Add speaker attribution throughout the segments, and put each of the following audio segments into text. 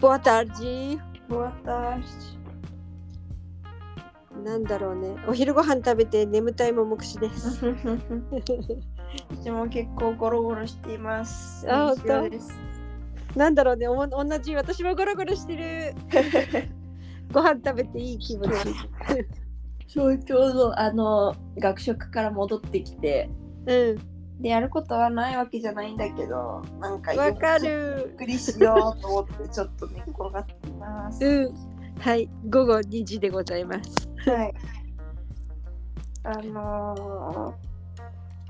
Speaker 1: Boa tarde.
Speaker 2: Boa tarde.
Speaker 1: なんだろうね。お昼ご飯食べて眠たいも目視です。
Speaker 2: 私も結構ゴロゴロしています。
Speaker 1: あ
Speaker 2: 西尾です。
Speaker 1: なんだろうね。おも同じ私もゴロゴロして る。ご飯食べていい気分。
Speaker 2: そうちょうどあの学食から戻ってきて、
Speaker 1: う
Speaker 2: でやることはないわけじゃないんだけど、なんか
Speaker 1: ん。わか
Speaker 2: ゆっ
Speaker 1: る。
Speaker 2: くりしようと思ってちょっと寝っ転がっています。
Speaker 1: うん。はい。午後2時でございます。
Speaker 2: はい。あのー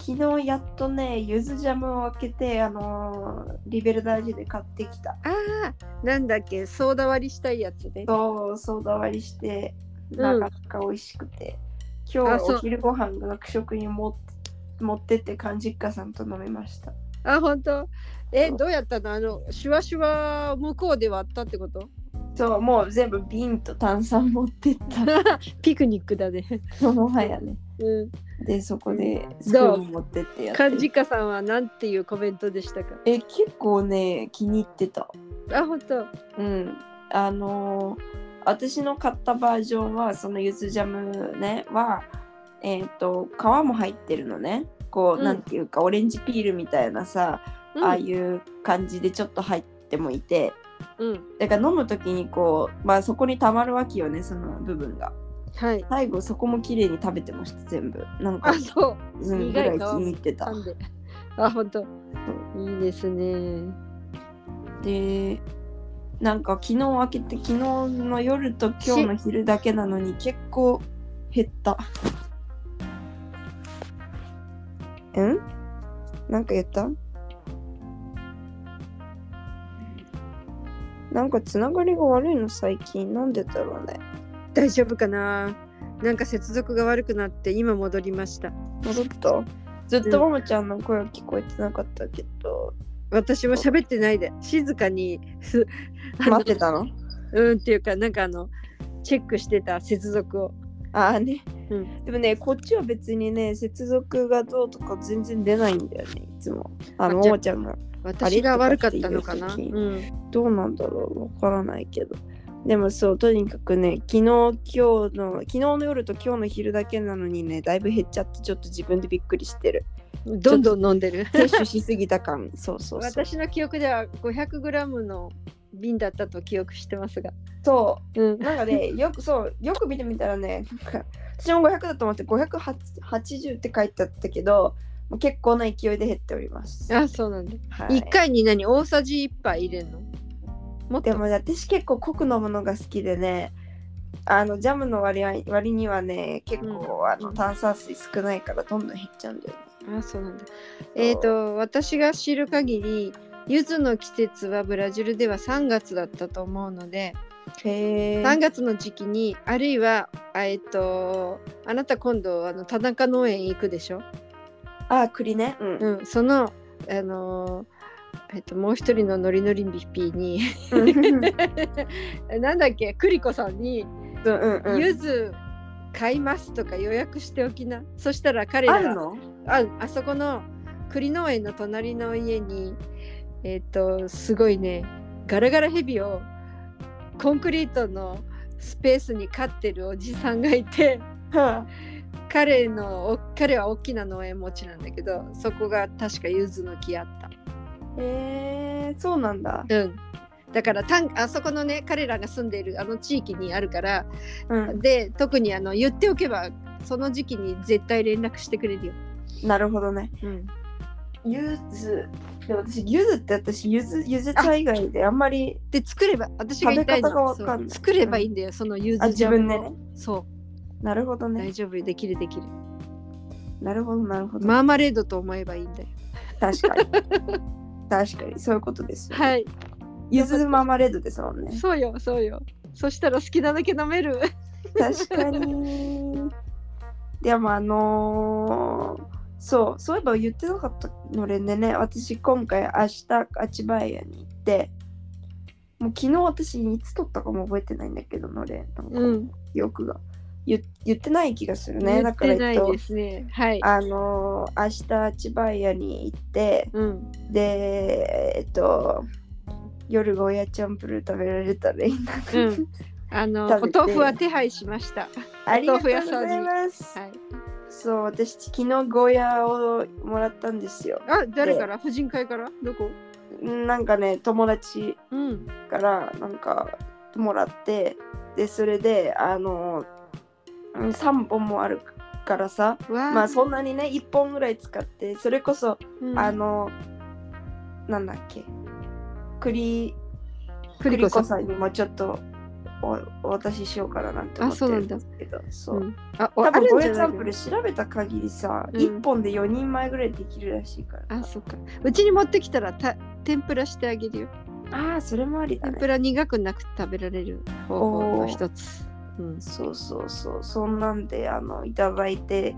Speaker 2: 昨日やっとね、ゆずジャムを開けて、あのーリベルダージュで買ってきた。
Speaker 1: ああ、なんだっけ。ソーダ割りしたいやつね。
Speaker 2: そう、ソーダ割りして、
Speaker 1: ん
Speaker 2: なかなか美味しくて、今
Speaker 1: あ
Speaker 2: 日
Speaker 1: そう
Speaker 2: はお昼ご飯学食に持って持ってって感じっかさんと飲みました。
Speaker 1: あ、本当。え、どうやったのあの、シュワシュワ向こうで割ったってこと
Speaker 2: そう、もう全部瓶と炭酸持っ てった。
Speaker 1: ピクニックだね。
Speaker 2: もはやね。
Speaker 1: うん。
Speaker 2: で、そこでスプ
Speaker 1: どう
Speaker 2: ーン持ってってやって
Speaker 1: カジカさんはなんていうコメントでしたか
Speaker 2: え、結構ね、気に入ってた。
Speaker 1: あ、本当。
Speaker 2: うん。あのー私の買ったバージョンは、そのゆずジャムね、は、えっ、と、皮も入ってるのね。こう、
Speaker 1: うん
Speaker 2: なんていうか、オレンジピールみたいなさ、
Speaker 1: うん
Speaker 2: ああいう感じでちょっと入ってもいて
Speaker 1: うん。
Speaker 2: だから飲む時にこうまあそこにたまるわけよねその部分が
Speaker 1: はい。
Speaker 2: 最後そこも綺麗に食べてました全部なんか
Speaker 1: あ、そう。
Speaker 2: うんぐ
Speaker 1: 苦い
Speaker 2: らい
Speaker 1: 皮
Speaker 2: 気に入ってた
Speaker 1: 噛んで。あ、本当。いいですね。
Speaker 2: でなんか昨日開けて昨日の夜と今日の昼だけなのに結構減ったんなんか言ったなんかつながりが悪いの最近なんでだろうね
Speaker 1: 大丈夫かな。なんか接続が悪くなって、今戻りました。
Speaker 2: 戻ったずっとももちゃんの声は聞こえてなかったけど、
Speaker 1: 私も喋ってないで、静かに。すあの
Speaker 2: 待ってたの
Speaker 1: うん、っていうか、なんか、あの。チェックしてた接続を。
Speaker 2: ああね、
Speaker 1: うん
Speaker 2: でもねこっちは別にね接続がどうとか全然出ないんだよねいつもあの
Speaker 1: あ
Speaker 2: も
Speaker 1: じゃあ
Speaker 2: もちゃんが
Speaker 1: 私が悪かったのかな。
Speaker 2: あ
Speaker 1: う。
Speaker 2: れとかっていうんどうなんだろうわからないけどでもそうとにかくね昨日今日の昨日の夜と今日の昼だけなのにねだいぶ減っちゃってちょっと自分でびっくりしてる
Speaker 1: どんどん飲んでる。
Speaker 2: 摂取しすぎた 感そうそうそう
Speaker 1: 私の記憶では、500グラムの。瓶だったと記憶してますが。
Speaker 2: そう
Speaker 1: うん。
Speaker 2: なんかね、よくそう、よく見てみたらね、なんか私も500だと思って580って書いてあったけど、もう結構な勢いで減っております。
Speaker 1: あ、そうなんだ。
Speaker 2: はい
Speaker 1: 一回に何、大さじ一杯入れんの。もっ
Speaker 2: で
Speaker 1: と。
Speaker 2: もね私結構濃く飲むのが好きでね、あのジャムの割合割にはね、結構、あの炭酸水少ないからどんどん減っちゃうんだよね。
Speaker 1: あそうなんだ。えっ、と私が知る限り柚子の季節はブラジルでは3月だったと思うので
Speaker 2: へ
Speaker 1: 3月の時期にあるいはあえっ、とあなた今度あの田中農園行くでしょ、
Speaker 2: あー、栗ね。うん。
Speaker 1: うん、そのあのーえっともう一人のノリノリビピーに なんだっけクリコさんに
Speaker 2: そううん
Speaker 1: 「
Speaker 2: うん
Speaker 1: 柚子買います」とか予約しておきなそしたら彼
Speaker 2: あ
Speaker 1: ら
Speaker 2: る
Speaker 1: が
Speaker 2: の
Speaker 1: ああそこの栗農園の隣の家にえっ、とすごいねガラガラヘビをコンクリートのスペースに飼ってるおじさんがいて 彼のお彼は大きな農園持ちなんだけどそこが確か柚子の木あっ
Speaker 2: へえ、そうなんだ。
Speaker 1: た。うんだからたんあそこのね彼らが住んでいるあの地域にあるから
Speaker 2: うん、
Speaker 1: で特にあの言っておけばその時期に絶対連絡してくれるよ。
Speaker 2: なるほどね。
Speaker 1: うん、
Speaker 2: ゆずで私ゆずって私ゆずゆず茶以外であんまり
Speaker 1: で作れば私が言いたいの
Speaker 2: 食べ方がわかんない
Speaker 1: そう作ればいいんだよそのゆ
Speaker 2: あ
Speaker 1: ずジ
Speaker 2: 自
Speaker 1: ャム
Speaker 2: 分で
Speaker 1: を
Speaker 2: ね
Speaker 1: そ
Speaker 2: なるほど
Speaker 1: う
Speaker 2: ね
Speaker 1: 大丈夫できるできる
Speaker 2: なるほどなるほど、
Speaker 1: マーマレードと思えばいいんだよ
Speaker 2: 確かに確かにそういうことですよね
Speaker 1: はい
Speaker 2: ゆずマーマレードですもんね
Speaker 1: そうよそうよそしたら好きなだけ飲める
Speaker 2: 確かにでもあのーそうそういえば言ってなかったのれんでね私今回明日アチバイアに行ってもう昨日私いつ撮ったかも覚えてないんだけどのれんなんか
Speaker 1: うん
Speaker 2: 記憶が言言ってない気がするね
Speaker 1: 言
Speaker 2: だ
Speaker 1: っ
Speaker 2: か
Speaker 1: て
Speaker 2: らえ
Speaker 1: な
Speaker 2: っ
Speaker 1: い
Speaker 2: と
Speaker 1: ですねはい
Speaker 2: あのー明日千葉屋に行って
Speaker 1: うん
Speaker 2: でえっと夜ゴーヤチャンプルー食べられたらいいな、
Speaker 1: うんあのお
Speaker 2: 食べて
Speaker 1: 豆腐は手配しました。
Speaker 2: ありがとうございます、
Speaker 1: はい。
Speaker 2: そう私昨日ゴーヤをもらったんですよ
Speaker 1: あ、誰から？婦人会から？どこ？
Speaker 2: んなんかね友達
Speaker 1: うん。
Speaker 2: からなんかもらってでそれであの3本もあるからさ
Speaker 1: わ
Speaker 2: まあそんなにね1本ぐらい使ってそれこそ
Speaker 1: うん
Speaker 2: あの、なんだっけ、クリク
Speaker 1: 栗
Speaker 2: リ
Speaker 1: 子さ
Speaker 2: コ
Speaker 1: ん
Speaker 2: さんにもちょっとおお渡ししようかななんて思ってるんですけど、そう
Speaker 1: うんあ、お
Speaker 2: 多
Speaker 1: あ
Speaker 2: 分
Speaker 1: る
Speaker 2: ゴ
Speaker 1: ん
Speaker 2: ー
Speaker 1: じ
Speaker 2: ヤ
Speaker 1: ゃな
Speaker 2: チャ
Speaker 1: い
Speaker 2: ンプル調べた限りさ、
Speaker 1: うん
Speaker 2: 一1本で4人前ぐらいできるらしいから。
Speaker 1: あ、そっか。うちに持ってきたらた天ぷらしてあげるよ。
Speaker 2: ああ、それもありだ
Speaker 1: 天
Speaker 2: ね
Speaker 1: ぷ。ら苦くなく食べられる方法の一つ。うん。
Speaker 2: そうそうそう、そんなんであのいただいて、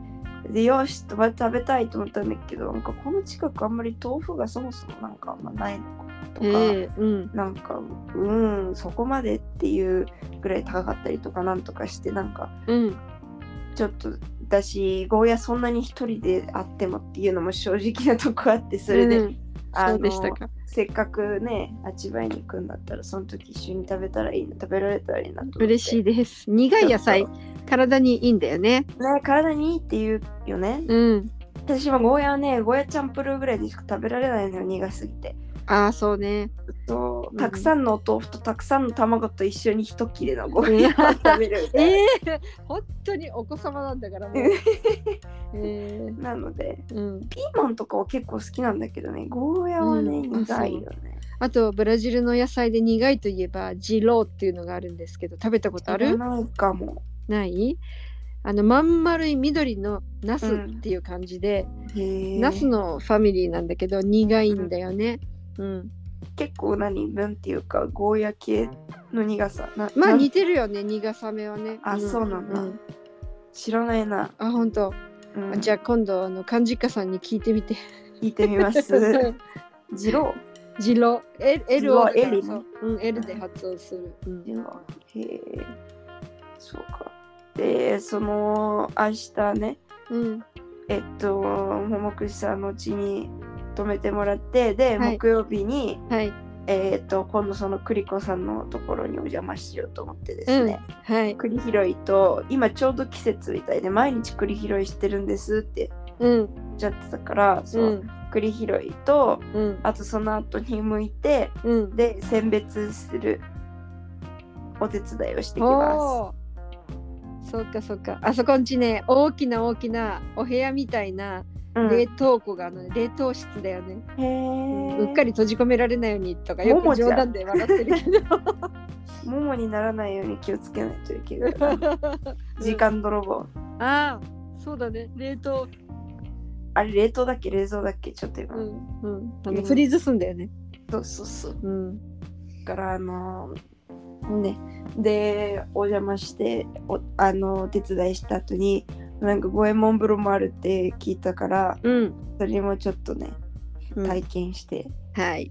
Speaker 2: でよし、食べ食べたいと思ったんだけど、なんかこの近くあんまり豆腐がそもそもなんかあんまないのとか、
Speaker 1: ええうん。
Speaker 2: なんかうんそこまでっていうぐらい高かったりとかなんとかしてなんか
Speaker 1: うん。
Speaker 2: ちょっとだしゴーヤそんなに一人であってもっていうのも正直なとこあってそれで、
Speaker 1: うん
Speaker 2: あ
Speaker 1: そ
Speaker 2: の
Speaker 1: うでしたか。
Speaker 2: せっかくねあちばいに行くんだったらその時一緒に食べたらいいな食べられたらいいなと思って
Speaker 1: 嬉しい
Speaker 2: い
Speaker 1: です。苦い野菜、体にいいんだよね。
Speaker 2: ね体にいいっていうよね
Speaker 1: うん。
Speaker 2: 私はゴーヤはねゴーヤチャンプルーぐらいでしか食べられないのよ苦すぎて
Speaker 1: ああ、そうね。
Speaker 2: そう
Speaker 1: うん
Speaker 2: たくさんのお豆腐とたくさんの卵と一緒に一切れのゴーヤを食べるみたいな
Speaker 1: ええ本当にお子様なんだから もう。え
Speaker 2: なので
Speaker 1: えうん。
Speaker 2: ピーマンとかは結構好きなんだけどね、ゴーヤはね、
Speaker 1: うん
Speaker 2: 苦いよね。
Speaker 1: あとブラジルの野菜で苦いといえばジローっていうのがあるんですけど食べたことあ
Speaker 2: 知ら
Speaker 1: る
Speaker 2: ないかも。
Speaker 1: ないあのまん丸い緑のナスっていう感じで、
Speaker 2: へえ。
Speaker 1: ナスのファミリーなんだけど苦いんだよね。うん、
Speaker 2: 結構何、なんていうか、ゴーヤ系の苦さ。な
Speaker 1: まあ
Speaker 2: な
Speaker 1: 似てるよね苦さめはね。
Speaker 2: あそうなんだ
Speaker 1: ん
Speaker 2: 知らないな。
Speaker 1: あ本当。
Speaker 2: うん
Speaker 1: じゃあ今度あの漢字家さんに聞いてみ て。
Speaker 2: 聞いてみます。 ジロ
Speaker 1: ジロー L L をだから
Speaker 2: ジロー L ね
Speaker 1: そううん、L で発音する。うん
Speaker 2: ー。ジロー。へえ。そうか。で、その、明日ね、
Speaker 1: うん
Speaker 2: えっと、桃口さんの家に泊めてもらって、で、
Speaker 1: はい
Speaker 2: 木曜日に、
Speaker 1: はい
Speaker 2: えーっと、今度その栗子さんのところにお邪魔しようと思ってで
Speaker 1: う
Speaker 2: す
Speaker 1: ん
Speaker 2: ね。
Speaker 1: はい
Speaker 2: 栗拾いと今ちょうど季節みたいで毎日栗拾いしてるんですって
Speaker 1: うん
Speaker 2: 言っちゃってたからそうう、
Speaker 1: ん
Speaker 2: 栗拾いと
Speaker 1: うん
Speaker 2: あとその後に向いて
Speaker 1: うん。
Speaker 2: で選別するお手伝いをしてきま
Speaker 1: おーそうかそうかあそこんちね大きな大きなお部屋みたいな
Speaker 2: す。うん、
Speaker 1: 冷凍庫があの、冷凍室だよね、
Speaker 2: へー
Speaker 1: うっかり閉じ込められないようにとかよ
Speaker 2: もも
Speaker 1: く
Speaker 2: ちゃ
Speaker 1: 冗
Speaker 2: ん
Speaker 1: 談で笑ってるけど
Speaker 2: ももにならないように気をつけないといけない な 時間泥棒
Speaker 1: ああそうだね冷凍
Speaker 2: あれ冷凍だっけ冷蔵だっけちょっと今、
Speaker 1: うんうんあ
Speaker 2: う
Speaker 1: の
Speaker 2: ん
Speaker 1: フリーズすんだよね
Speaker 2: そうそうそう
Speaker 1: うん
Speaker 2: だからあのねでお邪魔しておあのお手伝いした後になんか五右衛門風呂もあるって聞いたから
Speaker 1: うん、
Speaker 2: それもちょっとね
Speaker 1: うん
Speaker 2: 体験して、
Speaker 1: はい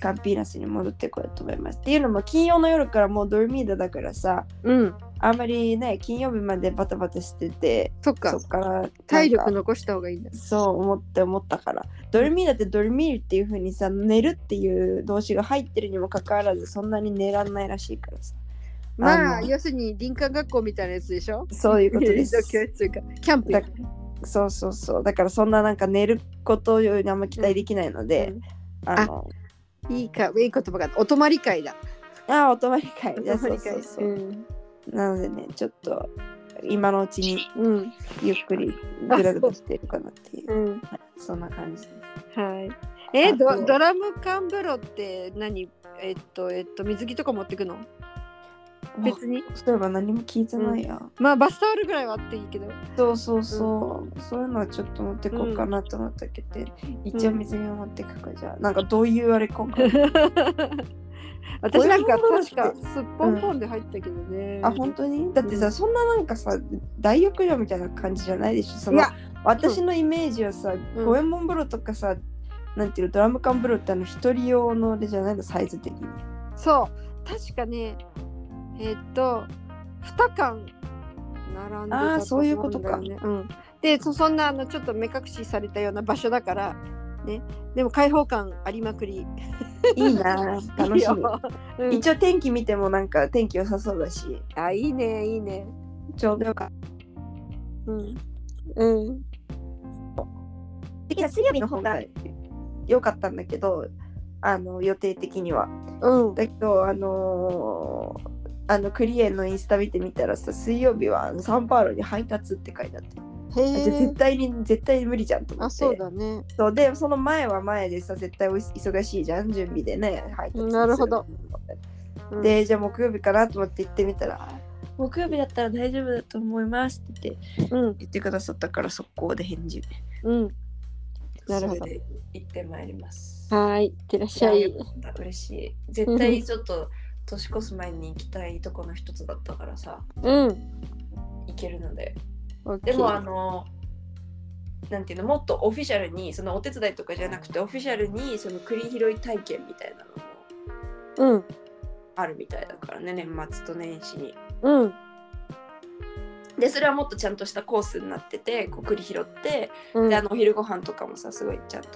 Speaker 2: カンピーナスに戻ってこようと思いますっていうのも金曜の夜からもうドルミーダだからさ
Speaker 1: うん
Speaker 2: あんまりね金曜日までバタバタしてて
Speaker 1: そっか
Speaker 2: そっからなんか
Speaker 1: 体力残した方がいいんだ
Speaker 2: そう思って思ったからドルミーダってドルミールっていう風にさ寝るっていう動詞が入ってるにもかかわらずそんなに寝らんないらしいからさ
Speaker 1: ま
Speaker 2: あ
Speaker 1: あ
Speaker 2: の
Speaker 1: 要するに林間学校みたいなやつでしょ
Speaker 2: そういうことで
Speaker 1: 冷
Speaker 2: す
Speaker 1: 凍。教室かキャンプ
Speaker 2: だそうそうそう。だからそんななんか寝ることよりあんま期待できないので、あの
Speaker 1: いいかいい言葉があったお泊まり会だ
Speaker 2: ああお泊まり会
Speaker 1: お泊
Speaker 2: だそ
Speaker 1: ま
Speaker 2: う
Speaker 1: り
Speaker 2: そ
Speaker 1: 会
Speaker 2: うそう、
Speaker 1: ん
Speaker 2: なのでねちょっと今のうちに
Speaker 1: うん
Speaker 2: ゆっくりぐらぐらしてるかなっていう
Speaker 1: うん
Speaker 2: そんな感じです。
Speaker 1: はい。え
Speaker 2: あ
Speaker 1: ド
Speaker 2: と
Speaker 1: ドラム缶風呂って何えっとえっと水着とか持ってくの別に
Speaker 2: おそういえば何も聞いてないや、
Speaker 1: まあバスタオルぐらいはあっていい けど
Speaker 2: そうそうそう、そういうのはちょっと持ってこうかなと思ったけど、一応水着を持ってくかじゃあなんかどういうあれか
Speaker 1: 私なんか
Speaker 2: こういうもの
Speaker 1: 確かすっぽんぽんで入ったけどね、
Speaker 2: あ本当にだってさ、
Speaker 1: うん
Speaker 2: そんななんかさ大浴場みたいな感じじゃないでしょそ
Speaker 1: い
Speaker 2: の
Speaker 1: や
Speaker 2: 私のイメージはさ
Speaker 1: うん
Speaker 2: 五右衛門風呂とかさなんていうのドラム缶風呂ってあの一人用のあれじゃないのサイズ的に
Speaker 1: そう確かねえっと2缶並んでた
Speaker 2: あーそういうこと
Speaker 1: 思
Speaker 2: か
Speaker 1: うんだよねうん、でそそんなあのちょっと目隠しされたような場所だからね、でも開放感ありまくり。
Speaker 2: いい な、楽し
Speaker 1: いいよう
Speaker 2: み。
Speaker 1: ん
Speaker 2: 一応天気見てもなんか天気良さそうだし、
Speaker 1: あ、いいね、いいね。
Speaker 2: ちょうどよかっ
Speaker 1: うん。うん。
Speaker 2: た。いや水曜日の方が良かったんだけど、あの予定的には。
Speaker 1: うん。
Speaker 2: だけど、あのーあのクリエのインスタ見てみたらさ水曜日はあのサンパウロに配達って書いてあって、
Speaker 1: へ
Speaker 2: あじゃあ
Speaker 1: え
Speaker 2: 絶。対に絶対に無理じゃんと思
Speaker 1: あ、
Speaker 2: って
Speaker 1: そうだね。
Speaker 2: そうでその前は前でさ絶対おい忙しいじゃん準備でね配達す
Speaker 1: なるほどうん
Speaker 2: でじゃあ木曜日かなと思って行ってみたらあ「木曜日だったら大丈夫だと思います」って言って
Speaker 1: うん。
Speaker 2: 言ってくださったから速攻で返事
Speaker 1: うん。なるほど
Speaker 2: それで行ってまいります
Speaker 1: はーい。いってらっしゃ
Speaker 2: や
Speaker 1: い
Speaker 2: よ。かった嬉しい絶対ちょっと年越す前に行きたいとこの一つだったからさ
Speaker 1: うん。
Speaker 2: 行けるので
Speaker 1: オッケ
Speaker 2: で
Speaker 1: ー
Speaker 2: もあのなんていうのもっとオフィシャルにそのお手伝いとかじゃなくてオフィシャルにその栗拾い体験みたいなのも
Speaker 1: うん。
Speaker 2: あるみたいだからね年末と年始に。
Speaker 1: うん。
Speaker 2: でそれはもっとちゃんとしたコースになっててこう栗拾って
Speaker 1: うん
Speaker 2: であのお昼ご飯とかもさすごいちゃんと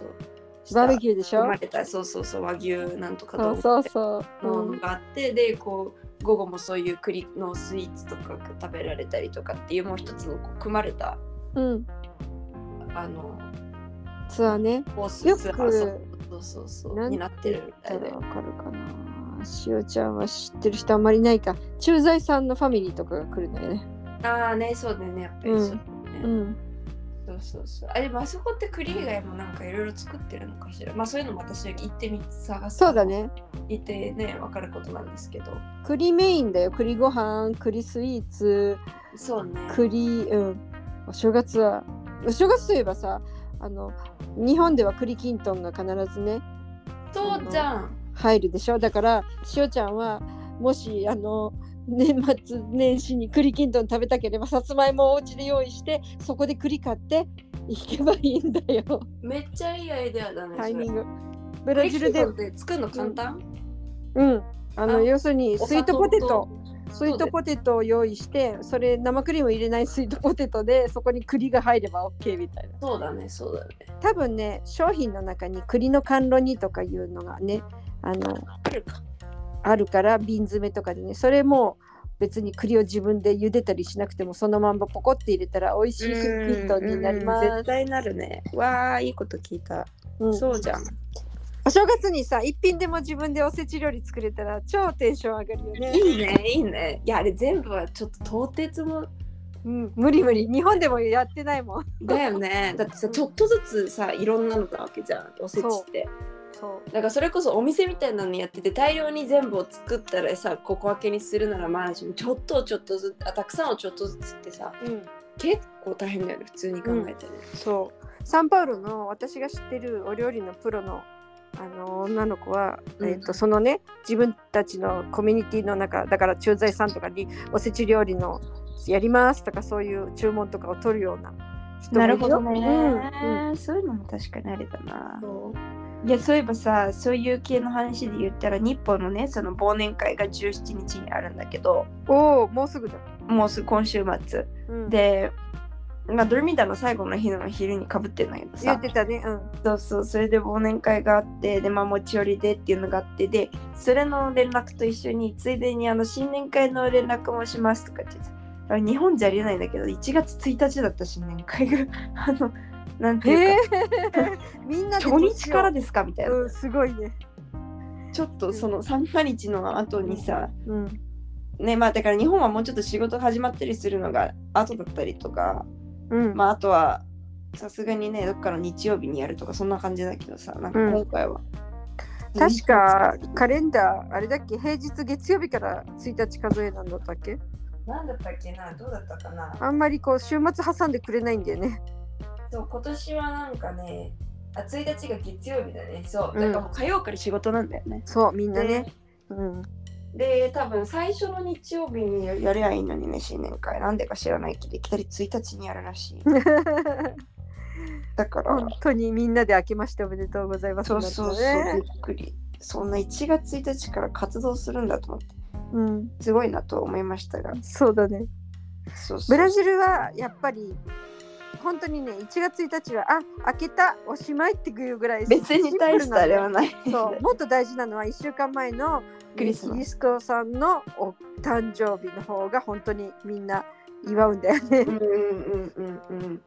Speaker 2: した
Speaker 1: バーベキューでし
Speaker 2: 生
Speaker 1: ょ
Speaker 2: まれたそうそうそう和牛なんとか
Speaker 1: そ
Speaker 2: ど
Speaker 1: うそ
Speaker 2: うか
Speaker 1: うそう。
Speaker 2: の
Speaker 1: う
Speaker 2: の
Speaker 1: ん
Speaker 2: があってでこう午後もそういう栗のスイーツとかが食べられたりとかっていうもう一つのこう組まれた
Speaker 1: うん。
Speaker 2: あの
Speaker 1: ツアーね。
Speaker 2: コース
Speaker 1: よく
Speaker 2: ツアーそうそうそうそう
Speaker 1: なんて
Speaker 2: になってるみた
Speaker 1: わ
Speaker 2: いで
Speaker 1: かるかな。しおちゃんは知ってる人あんまりいないか。駐在さんのファミリーとかが来るんだよね。
Speaker 2: ああねそうだよねやっぱりそう,、ね
Speaker 1: うん。
Speaker 2: そうそうそうあでもあそこって栗以外もなんかいろいろ作ってるのかしらまあそういうのも私は行ってみ探す
Speaker 1: そうだね。
Speaker 2: 行ってね分かることなんですけど
Speaker 1: 栗メインだよ。栗ご飯、栗スイーツ、
Speaker 2: そうね
Speaker 1: 栗、うん。お正月は、お正月といえばさ、あの、日本では栗きんとんが必ずね、
Speaker 2: そうじゃん
Speaker 1: 入るでしょ。だから、しおちゃんは、もし、あの、年末年始に栗きんとん食べたければ、さつまいもをお家で用意して、そこで栗買って、行けばいいんだよ。
Speaker 2: めっちゃいいアイデアだね
Speaker 1: タイミ
Speaker 2: そ
Speaker 1: ン
Speaker 2: れ
Speaker 1: グ。ブラジルで
Speaker 2: 栗、きんとんって作るの簡単、
Speaker 1: うん、あの
Speaker 2: あ
Speaker 1: 要するに
Speaker 2: お砂
Speaker 1: ス
Speaker 2: 糖
Speaker 1: イートポテト
Speaker 2: と、
Speaker 1: スイートポテトを用意して、それ生クリーム入れないスイートポテトで、そこに栗が入れば OK みたいな。
Speaker 2: そうだねそうだね
Speaker 1: 多分ね、商品の中に栗の甘露煮とかいうのがね、あの
Speaker 2: あるか
Speaker 1: あるから瓶詰めとかでね、それも別に栗を自分で茹でたりしなくても、そのまんまポコって入れたら美味しいクッキートンになります。
Speaker 2: 絶対なるねわあいいこと聞いた、
Speaker 1: うん
Speaker 2: そうじゃん
Speaker 1: お正月にさ、一品でも自分でおせち料理作れたら超テンション上がるよね。
Speaker 2: いいねいいねいやあれ全部はちょっと到鉄も
Speaker 1: うん、無理無理日本でもやってないもん
Speaker 2: だよねだってさちょっとずつさいろんなのなわけじゃんおせちって
Speaker 1: そう
Speaker 2: だからそれこそお店みたいなのやってて大量に全部を作ったらさここ分けにするならまあちょっとをちょっとずつあたくさんをちょっとずつってさ
Speaker 1: うん
Speaker 2: 結構大変だよね普通に考えてね、
Speaker 1: そうサンパウロの私が知ってるお料理のプロのあの女の子は、
Speaker 2: うん
Speaker 1: えっとそのね自分たちのコミュニティの中だから駐在さんとかにおせち料理のやりますとかそういう注文とかを取るような人もい
Speaker 3: な
Speaker 1: よ
Speaker 3: るほどね、
Speaker 1: うんうん
Speaker 3: そういうのも確かにあれだな。
Speaker 2: そう
Speaker 3: いや、そういえばさ、そういう系の話で言ったら、日本のね、その忘年会が17日にあるんだけど、
Speaker 1: おおもうすぐだ、
Speaker 3: もうすぐ今週末。
Speaker 1: うん、
Speaker 3: で、まあ、ドルミダの最後の日の昼にかぶってんだけど
Speaker 1: 言
Speaker 3: さ
Speaker 1: っ、てたねうん
Speaker 3: そうそう、それで忘年会があって、で、まあ、持ち寄りでっていうのがあって、で、それの連絡と一緒に、ついでにあの新年会の連絡もしますとかって言ってたあ日本じゃありえないんだけど、1月1日だった新年会が、 あの、なんていうか、
Speaker 1: へえ みんなで
Speaker 3: 初日からですかみたいな、
Speaker 1: うんすごいね
Speaker 3: ちょっとその三が日の後にさ、
Speaker 1: うん
Speaker 3: ねまあだから日本はもうちょっと仕事始まったりするのが後だったりとか
Speaker 1: うん
Speaker 3: まああとはさすがにねどっかの日曜日にやるとかそんな感じだけどさなんか
Speaker 1: うん
Speaker 3: 今回は、
Speaker 1: 確かカレンダーあれだっけ平日月曜日から1日数えなんだったっけ
Speaker 2: なんだったっけなどうだったかな
Speaker 1: あんまりこう週末挟んでくれないんだよね
Speaker 2: そう今年はなんかねあ1日が月曜日だねそううんだからもう火曜から仕事なんだよね、
Speaker 1: そうみんなね
Speaker 2: で
Speaker 1: うん
Speaker 2: で多分最初の日曜日に
Speaker 3: ややりゃいいのにね新年会なんでか知らないけどいきなり1日にやるらしいだから、
Speaker 1: 本当にみんなで明けましておめでとうございます
Speaker 3: そうそうそう、
Speaker 1: なんてね
Speaker 3: びっくりそんな1月1日から活動するんだと思って
Speaker 1: うん
Speaker 3: すごいなと思いましたが
Speaker 1: そうだね
Speaker 3: そうそう
Speaker 1: ブラジルはやっぱり本当にね1月1日はあ開けたおしまいっていうぐらい
Speaker 2: 別に大したあれはない。
Speaker 1: シンプルなのよそうもっと大事なのは1週間前の
Speaker 2: クリスマス
Speaker 1: キリストさんのお誕生日の方が本当にみんな祝うんだよね。
Speaker 2: うんうんうんうんうん。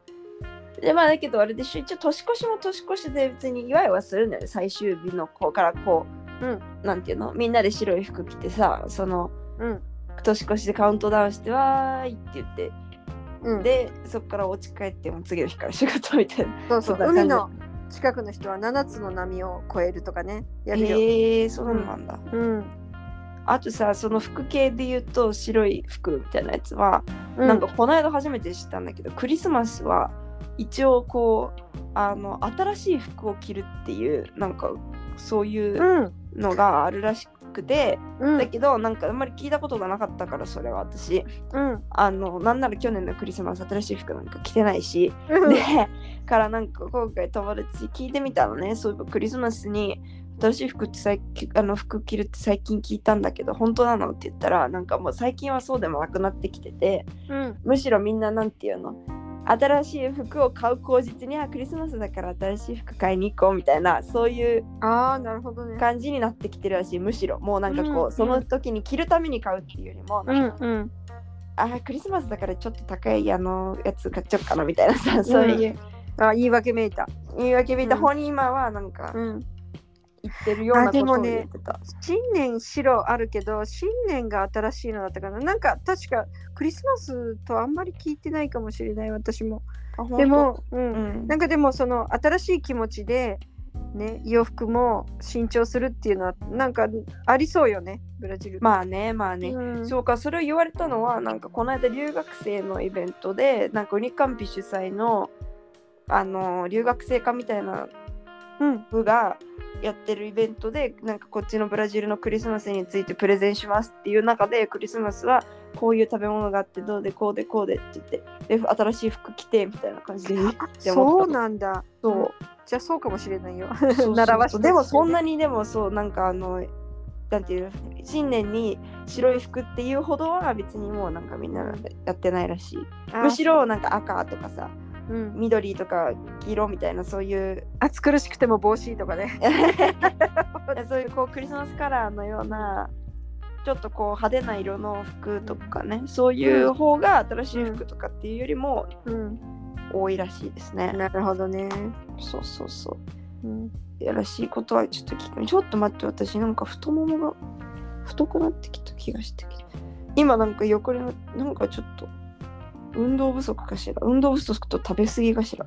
Speaker 2: でまあだけどあれでしょ一応年越しも年越しで別に祝いはするんだよね最終日の子からこう、
Speaker 1: うん
Speaker 2: なんていうのみんなで白い服着てさその
Speaker 1: うん
Speaker 2: 年越しでカウントダウンしてわーいって言って、
Speaker 1: うん、
Speaker 2: でそっからお家帰ってもう次の日から仕事みたいな。
Speaker 1: そうそう
Speaker 2: そん
Speaker 1: 海
Speaker 2: な
Speaker 1: の
Speaker 2: 感
Speaker 1: 近くの人は7つの波を越えるとかねやるよ。
Speaker 2: へえー、そうなんだ。
Speaker 1: うん
Speaker 2: あとさその服系で言うと白い服みたいなやつは、
Speaker 1: うん、
Speaker 2: なんかこの間初めて知ったんだけどクリスマスは一応こうあの新しい服を着るっていうなんかそういううんのがあるらしくて、
Speaker 1: うん
Speaker 2: だけどなんかあんまり聞いたことがなかったからそれは私
Speaker 1: うん
Speaker 2: あのなんなら去年のクリスマス新しい服なんか着てないし、
Speaker 1: うん
Speaker 2: でからなんか今回友達に聞いてみたのねそういえばクリスマスに新しい服って最近あの服着るって最近聞いたんだけど本当なのって言ったらなんかもう最近はそうでもなくなってきてて
Speaker 1: うん
Speaker 2: むしろみんななんていうの新しい服を買う口実にあクリスマスだから新しい服買いに行こうみたいなそういう
Speaker 1: ああなるほどね。
Speaker 2: 感じになってきてるらしいむしろもうなんかこう、
Speaker 1: うん
Speaker 2: その時に着るために買うっていうよりも
Speaker 1: う
Speaker 2: なん
Speaker 1: ん
Speaker 2: か
Speaker 1: うん
Speaker 2: あクリスマスだからちょっと高いあのやつ買っちゃおうかなみたいなさそういう
Speaker 1: あ言い訳めいた。
Speaker 2: 言い訳見た方に今はなんか
Speaker 1: うん
Speaker 2: 言ってるようなこと
Speaker 1: あでも
Speaker 2: を
Speaker 1: ね
Speaker 2: 言ってた。
Speaker 1: 新年白あるけど新年が新しいのだったかななんか確かクリスマスとあんまり聞いてないかもしれない私も
Speaker 2: あ
Speaker 1: で、も、う
Speaker 2: 本当
Speaker 1: ん、
Speaker 2: うん
Speaker 1: なんかでもその新しい気持ちでね洋服も新調するっていうのはなんかありそうよねブラジル
Speaker 2: まあねまあね、
Speaker 1: うん
Speaker 2: そうかそれを言われたのはなんかこの間留学生のイベントでなんかウニカンピ主催のあの留学生化みたいな
Speaker 1: うん
Speaker 2: 部がやってるイベントでなんかこっちのブラジルのクリスマスについてプレゼンしますっていう中でクリスマスはこういう食べ物があってどうでこうでこうでって言ってで新しい服着てみたいな感じでえって
Speaker 1: そ
Speaker 2: 思った
Speaker 1: うなんだ
Speaker 2: そう
Speaker 1: じゃあそうかもしれないよ
Speaker 2: そうそう
Speaker 1: 習わしとしてね
Speaker 2: でもそんなにでもそうなんかあのなんていう新年に白い服っていうほどは別にもうなんかみんなやってないらしいむしろ、なんか赤とかさ
Speaker 1: あーうん、
Speaker 2: 緑とか黄色みたいなそういう
Speaker 1: 暑苦しくても帽子とかね
Speaker 2: そういうこうクリスマスカラーのようなちょっとこう派手な色の服とかねそういう方が新しい服とかっていうよりも
Speaker 1: うん
Speaker 2: 多いらしいですね、
Speaker 1: なるほどね、
Speaker 2: そうそうそう
Speaker 1: うん、
Speaker 2: いやらしいことはちょっと聞くちょっと待って私なんか太ももが太くなってきた気がしてきた今なんか横にななんかちょっと運動不足かしら運動不足と食べ過ぎかしら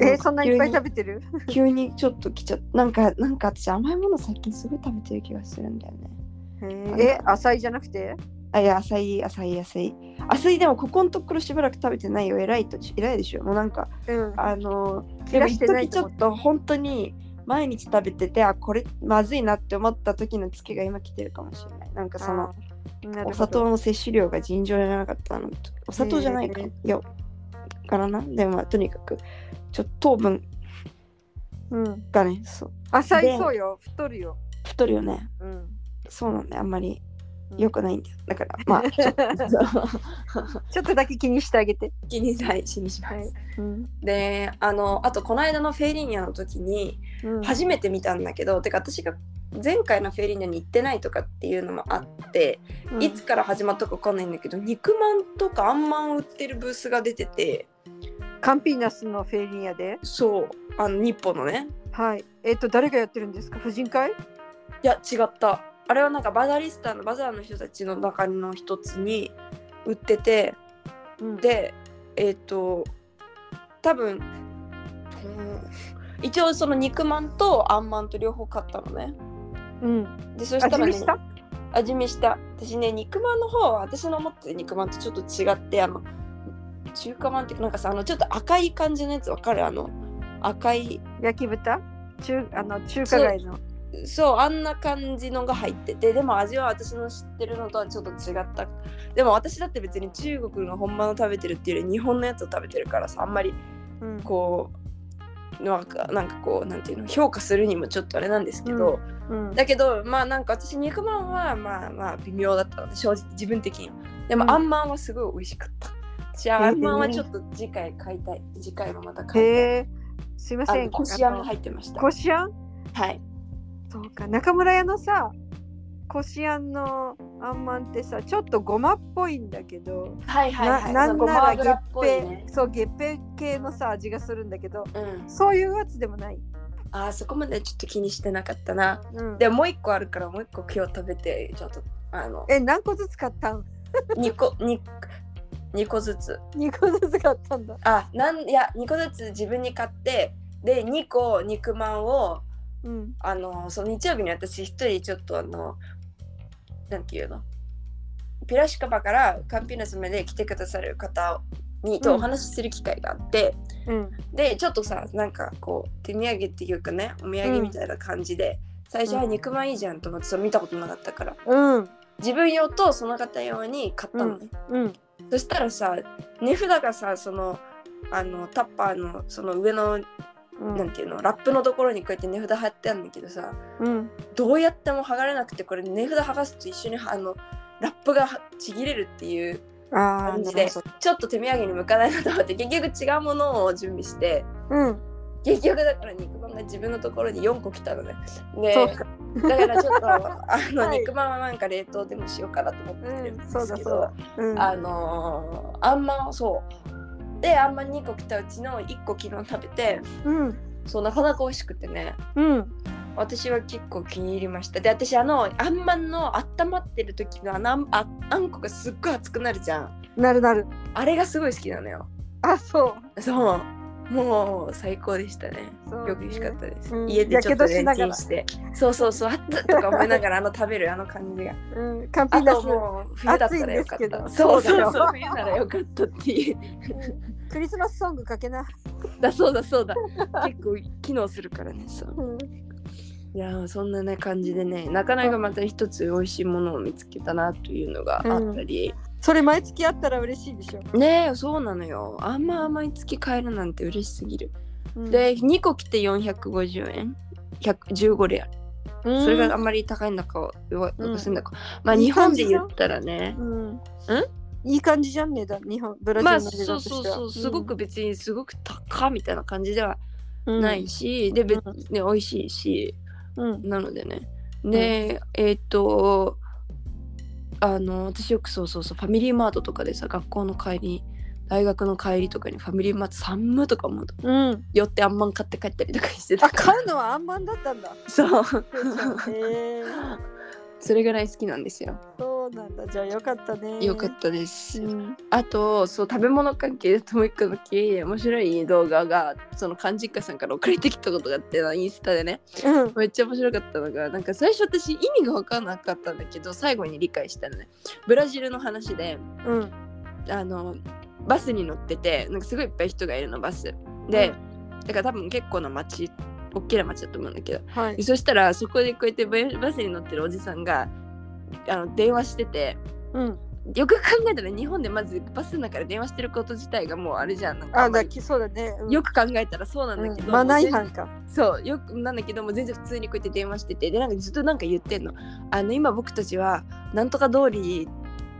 Speaker 1: えーそんないっぱい
Speaker 2: 急に
Speaker 1: 食べてる
Speaker 2: 急にちょっと来ちゃったなんかなんか私甘いもの最近すごい食べてる気がするんだよね
Speaker 1: えーえ浅いじゃなくて
Speaker 2: あいや浅い浅い浅い浅いでもここのところしばらく食べてないよ偉いと偉いでしょもうなんか
Speaker 1: うん
Speaker 2: あの
Speaker 1: 切
Speaker 2: でも
Speaker 1: らし
Speaker 2: 一
Speaker 1: てない
Speaker 2: 時
Speaker 1: って
Speaker 2: ち
Speaker 1: こ
Speaker 2: ょ
Speaker 1: と
Speaker 2: っと本当に毎日食べててあこれまずいなって思った時のツケが今来てるかもしれないなんかその
Speaker 1: あーなるほど
Speaker 2: お砂糖の摂取量が尋常じゃなかったのとお砂糖じゃないか、
Speaker 1: へ
Speaker 2: いやからなでもまあとにかくちょっと糖分
Speaker 1: うん、
Speaker 2: がねそう
Speaker 1: 浅い
Speaker 2: で
Speaker 1: そうよ太るよ、
Speaker 2: 太るよね
Speaker 1: うん、
Speaker 2: そうなんだよあんまり
Speaker 1: うん
Speaker 2: 良くないんだよだからまあちょっと
Speaker 1: ちょっとだけ気にしてあげて、
Speaker 3: 気にないしにします。
Speaker 1: はいうん
Speaker 3: であのあとこの間のフェイリーニャの時に
Speaker 1: うん
Speaker 3: 初めて見たんだけど、てか私が前回のフェイリーニャに行ってないとかっていうのもあって、
Speaker 1: うん
Speaker 3: いつから始まったか分かんないんだけど肉まんとかあんまん売ってるブースが出てて
Speaker 1: カンピーナスのフェリアで
Speaker 3: そうあの日本のね
Speaker 1: はいえっ、と誰がやってるんですか婦人会
Speaker 3: いや違ったあれはなんかバザリスタのバザーの人たちの中の一つに売ってて
Speaker 1: うん
Speaker 3: でえっ、と多分、うん一応その肉まんとあんまんと両方買ったのね
Speaker 1: うん
Speaker 3: でそした
Speaker 1: 味
Speaker 3: らね
Speaker 1: 見した
Speaker 3: 味見した私ね肉まんの方は私の思ってる肉まんとちょっと違ってあの中華まんっていうかなんかさあのちょっと赤い感じのやつわかるあの赤い
Speaker 1: 焼き豚中あの中華街の
Speaker 3: そうあんな感じのが入っててでも味は私の知ってるのとはちょっと違ったでも私だって別に中国の本場の食べてるっていうより日本のやつを食べてるからさあんまり
Speaker 1: うん
Speaker 3: こうなんかなんかこうなんていうの評価するにもちょっとあれなんですけど、
Speaker 1: うん
Speaker 3: だけどまあなんか私肉まんはまあまあ微妙だったので正直自分的にはで
Speaker 1: う
Speaker 3: も
Speaker 1: ん
Speaker 3: あんまんはすごい美味しかった、
Speaker 2: シャーマンはちょっと次回買いたい。次回もまた買いたい。
Speaker 1: へえすいま
Speaker 2: あ
Speaker 1: せん
Speaker 2: のこしあんも
Speaker 1: っ
Speaker 2: 入ってました。
Speaker 1: こしあん
Speaker 2: はい。
Speaker 1: そうか中村屋のさこしあんのあんまんってさちょっとごまっぽいんだけど、
Speaker 2: はいはいはい。
Speaker 1: ななん
Speaker 2: ご
Speaker 1: な
Speaker 2: ま
Speaker 1: ら
Speaker 2: 油
Speaker 1: 月
Speaker 2: っぽい
Speaker 1: 餅、
Speaker 2: ね。
Speaker 1: そう月餅系のさ味がするんだけど
Speaker 2: うん。
Speaker 1: そういうやつでもない、
Speaker 2: あーそこまでちょっと気にしてなかったな。
Speaker 1: うん、
Speaker 2: でももう一個あるからもう一個今日食べてちょっとあの
Speaker 1: え何個ずつ買ったん
Speaker 2: 二個二二個ずつ。
Speaker 1: 2個ずつ買ったんだ
Speaker 2: あなんいや二個ずつ自分に買ってで二個肉まんを
Speaker 1: うん
Speaker 2: あのその日曜日に私一人ちょっとあのなんていうのピラシカバからカンピナスまで来てくださる方に
Speaker 1: う
Speaker 2: と
Speaker 1: ん
Speaker 2: お話しする機会があって、
Speaker 1: うん
Speaker 2: でちょっとさなんかこう手土産っていうかねお土産みたいな感じで、最初
Speaker 1: うん
Speaker 2: は肉まんいいじゃんと思ってそれ見たことなかったから
Speaker 1: うん
Speaker 2: 自分用とその方用に買ったのね、
Speaker 1: うん
Speaker 2: そしたらさ値札がさそのあのタッパーのその上の、
Speaker 1: うん
Speaker 2: なんていうのラップのところにこうやって値札貼ってあるんだけどさ、
Speaker 1: うん
Speaker 2: どうやっても剥がれなくてこれ値札剥がすと一緒にあのラップがちぎれるっていう
Speaker 1: ああ
Speaker 2: 感じでちょっと手土産に向かないなと思って結局違うものを準備して
Speaker 1: うん
Speaker 2: 結局だから肉まんが自分のところに4個来たのねで
Speaker 1: そうか
Speaker 2: だから ちょっとあの、
Speaker 1: はい
Speaker 2: 肉まんはなんか冷凍でもしようかなと思ってるんですけど、
Speaker 1: うんそうだそうだうん
Speaker 2: あのーあんまそうであんま2個来たうちの1個昨日食べて
Speaker 1: うん
Speaker 2: そうなかなか美味しくてね
Speaker 1: うん
Speaker 2: 私は結構気に入りましたで私あのあんまんの温まってる時のあのあんああんこがすっごい熱くなるじゃん
Speaker 1: なるなる
Speaker 2: あれがすごい好きなのよ
Speaker 1: あそう
Speaker 2: そうもう最高でしたね
Speaker 1: そう
Speaker 2: よく美味しかったです、
Speaker 1: うん
Speaker 2: 家でちょっと
Speaker 1: やけどし
Speaker 2: レン
Speaker 1: な
Speaker 2: チ
Speaker 1: が
Speaker 2: ン
Speaker 1: ら
Speaker 2: してそうそうそうあっつとか思いながらあの食べるあの感じが
Speaker 1: うんカンピ
Speaker 2: あ
Speaker 1: ナ
Speaker 2: と
Speaker 1: ス
Speaker 2: もう冬だったらよか
Speaker 1: 暑い
Speaker 2: っ
Speaker 1: んですけど
Speaker 2: たそうそうそ
Speaker 1: そ
Speaker 2: う
Speaker 1: うだよ
Speaker 2: 冬ならよかったっていう
Speaker 1: クリスマスソングかけな、
Speaker 2: だそうだそうだ結構機能するからねそう
Speaker 1: うん、
Speaker 2: いやーそんなね感じでねなかなかまた一つ美味しいものを見つけたなというのがあったり、
Speaker 1: それ毎月あったら嬉しいでしょ、
Speaker 2: ねえそうなのよあんま毎月買えるなんて嬉しすぎる、
Speaker 1: うん
Speaker 2: で2個来て450円115レアル、
Speaker 1: うん
Speaker 2: それがあんまり高いんだか弱
Speaker 1: うん
Speaker 2: 安いんだか、まあ
Speaker 1: いい
Speaker 2: 日
Speaker 1: 感
Speaker 2: 本
Speaker 1: じ
Speaker 2: で
Speaker 1: じゃ
Speaker 2: 言
Speaker 1: ん
Speaker 2: ったらね
Speaker 1: うんいい感じじゃんねだ日本ブラジ
Speaker 2: まあ
Speaker 1: ルの値
Speaker 2: そ
Speaker 1: 段と
Speaker 2: うそ
Speaker 1: し
Speaker 2: う
Speaker 1: ては
Speaker 2: そうすごく別にすごく高みたいな感じでは
Speaker 1: うん
Speaker 2: ないし、で別に美味しいし、
Speaker 1: うん
Speaker 2: なのでね。で、えーっ、と、あの、私よくそうそうそう、ファミリーマートとかでさ、学校の帰り、大学の帰りとかにファミリーマート寒とかも
Speaker 1: うん
Speaker 2: 寄ってあんまん買って帰ったりとかしてた
Speaker 1: あ
Speaker 2: から。
Speaker 1: 買うのはあんまんだった んだ
Speaker 2: そう。
Speaker 1: へえ
Speaker 2: それぐらい好きなんですよ。
Speaker 1: そうなんだじゃあよかったね
Speaker 2: よかったです。
Speaker 1: うん
Speaker 2: あと、そう、食べ物関係だともう一個のき、面白い動画が、その漢字家さんから送られてきたことがあってな、インスタでね。
Speaker 1: うん
Speaker 2: めっちゃ面白かったのがなんか最初私意味が分からなかったんだけど最後に理解したのねブラジルの話で
Speaker 1: うん
Speaker 2: あのバスに乗っててなんかすごいいっぱい人がいるのバスで、だから多分結構な街大きな街だと思うんだけど
Speaker 1: はい
Speaker 2: でそしたらそこでこうやってババスに乗ってるおじさんがあの電話してて
Speaker 1: うん
Speaker 2: よく考えたら日本でまずバスの中で電話してること自体がもうあれじゃんなんか
Speaker 1: あ
Speaker 2: んま
Speaker 1: だ
Speaker 2: り
Speaker 1: きそうだねうん
Speaker 2: よく考えたらそうなんだけ
Speaker 1: う
Speaker 2: ど、
Speaker 1: んマナー違
Speaker 2: もう全然
Speaker 1: 反か
Speaker 2: そうよくなんだけども全然普通にこうやって電話しててでなんかずっとなんか言ってんのあの今僕たちはなんとか通り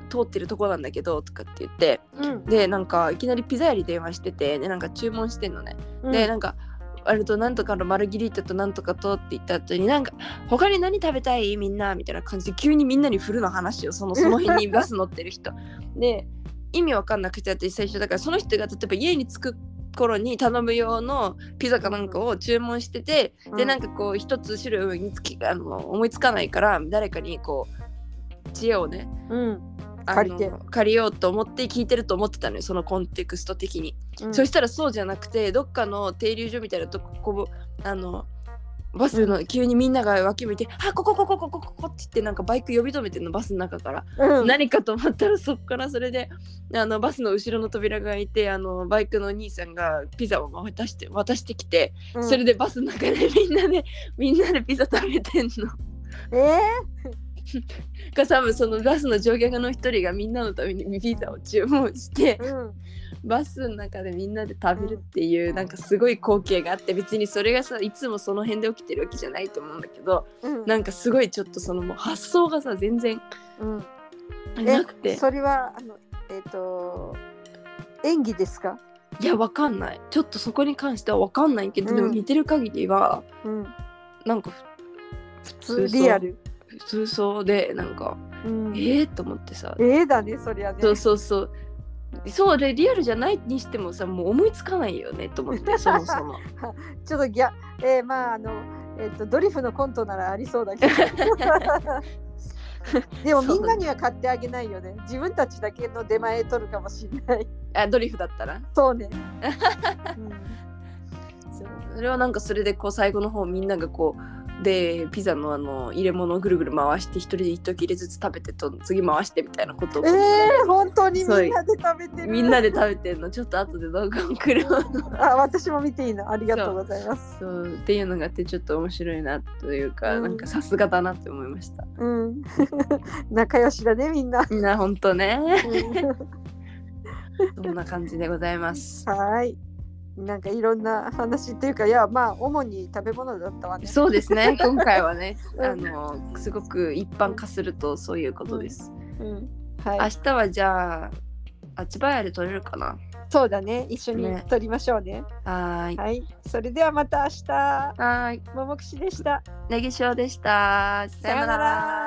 Speaker 2: 通ってるとこなんだけどとかって言って
Speaker 1: うん
Speaker 2: でなんかいきなりピザ屋に電話しててでなんか注文してんのね、
Speaker 1: うん
Speaker 2: でなんかあれとなんとかのマルギリータとなんとかとって言った後になんか他に何食べたいみんなみたいな感じで急にみんなに振るの話をそのそ の辺にバス乗ってる人で意味わかんなくて私最初だからその人が例えば家に着く頃に頼む用のピザかなんかを注文してて、でなん
Speaker 1: か
Speaker 2: かこう一つ種類につきあの思いつかないから誰かにこう知恵をね
Speaker 1: うん
Speaker 2: あの
Speaker 1: 借りて
Speaker 2: 借りようと思って聞いてると思ってたのよそのコンテクスト的に、
Speaker 1: うん
Speaker 2: そしたらそうじゃなくてどっかの停留所みたいなとここうあのバスの急にみんなが脇向いて「あここここここここ」って言ってなんかバイク呼び止めてんのバスの中から、
Speaker 1: うん
Speaker 2: 何かと思ったらそっからそれであのバスの後ろの扉が開いてあのバイクのお兄さんがピザを渡して渡してきて
Speaker 1: うん
Speaker 2: それでバスの中で みんなでみんなでピザ食べてんの。
Speaker 1: え
Speaker 2: が多分そのバスの乗客の一人がみんなのためにピザを注文して
Speaker 1: ーうん
Speaker 2: バスの中でみんなで食べるっていうなんかすごい光景があって別にそれがさいつもその辺で起きてるわけじゃないと思うんだけど
Speaker 1: うん
Speaker 2: なんかすごいちょっとそのもう発想がさ全然
Speaker 1: うん
Speaker 2: なくて
Speaker 1: それはあのえっ、と演技ですか、
Speaker 2: いやわかんないちょっとそこに関してはわかんないけど、でも
Speaker 1: うん
Speaker 2: 見てる限りは
Speaker 1: うん、
Speaker 2: なんかふ
Speaker 1: 普通
Speaker 2: 普
Speaker 1: リアル、
Speaker 2: 普通そうでなんか、
Speaker 1: うん、え
Speaker 2: えー、と思ってさ
Speaker 1: えだねそりゃね
Speaker 2: そうそうそうそうでリアルじゃないにしてもさもう思いつかないよねと思ってそもそも
Speaker 1: ちょっとギャえーまああのえっとドリフのコントならありそうだけ どでも
Speaker 2: そ
Speaker 1: み
Speaker 2: うだね
Speaker 1: んなには買ってあげないよね自分たちだけの出前取るかもしれない
Speaker 2: あドリフだったら
Speaker 1: そう ね、
Speaker 2: そうそれはなんかそれでこう最後の方みんながこうでピザのあの入れ物をぐるぐる回して一人で一時入れずつ食べてと次回してみたいなことを
Speaker 1: うん、えー、本当にみんなで食べてる
Speaker 2: みんなで食べてんのちょっと後で動画送る
Speaker 1: あ私も見ていいのありがとうございます
Speaker 2: そうっていうのがあってちょっと面白いなというか、
Speaker 1: うん
Speaker 2: なんかさすがだなって思いました
Speaker 1: うん 仲良しだねみんな、
Speaker 2: みんな本当ね
Speaker 1: は
Speaker 2: そんな感じでござい ます
Speaker 1: ーいなんかいろんな話っていうかいやまあ主に食べ物だったわね
Speaker 2: そうですね今回はね
Speaker 1: うん
Speaker 2: あのすごく一般化するとそういうことです、
Speaker 1: うんは
Speaker 2: 明
Speaker 1: い、
Speaker 2: 日はじゃああちばやで撮れるかな
Speaker 1: そうだね一緒に
Speaker 2: ね
Speaker 1: 撮りましょうね
Speaker 2: はーい
Speaker 1: はいそれではまた明日
Speaker 2: はーい
Speaker 1: ももくしでした
Speaker 2: ネギ塩でした。さようなら。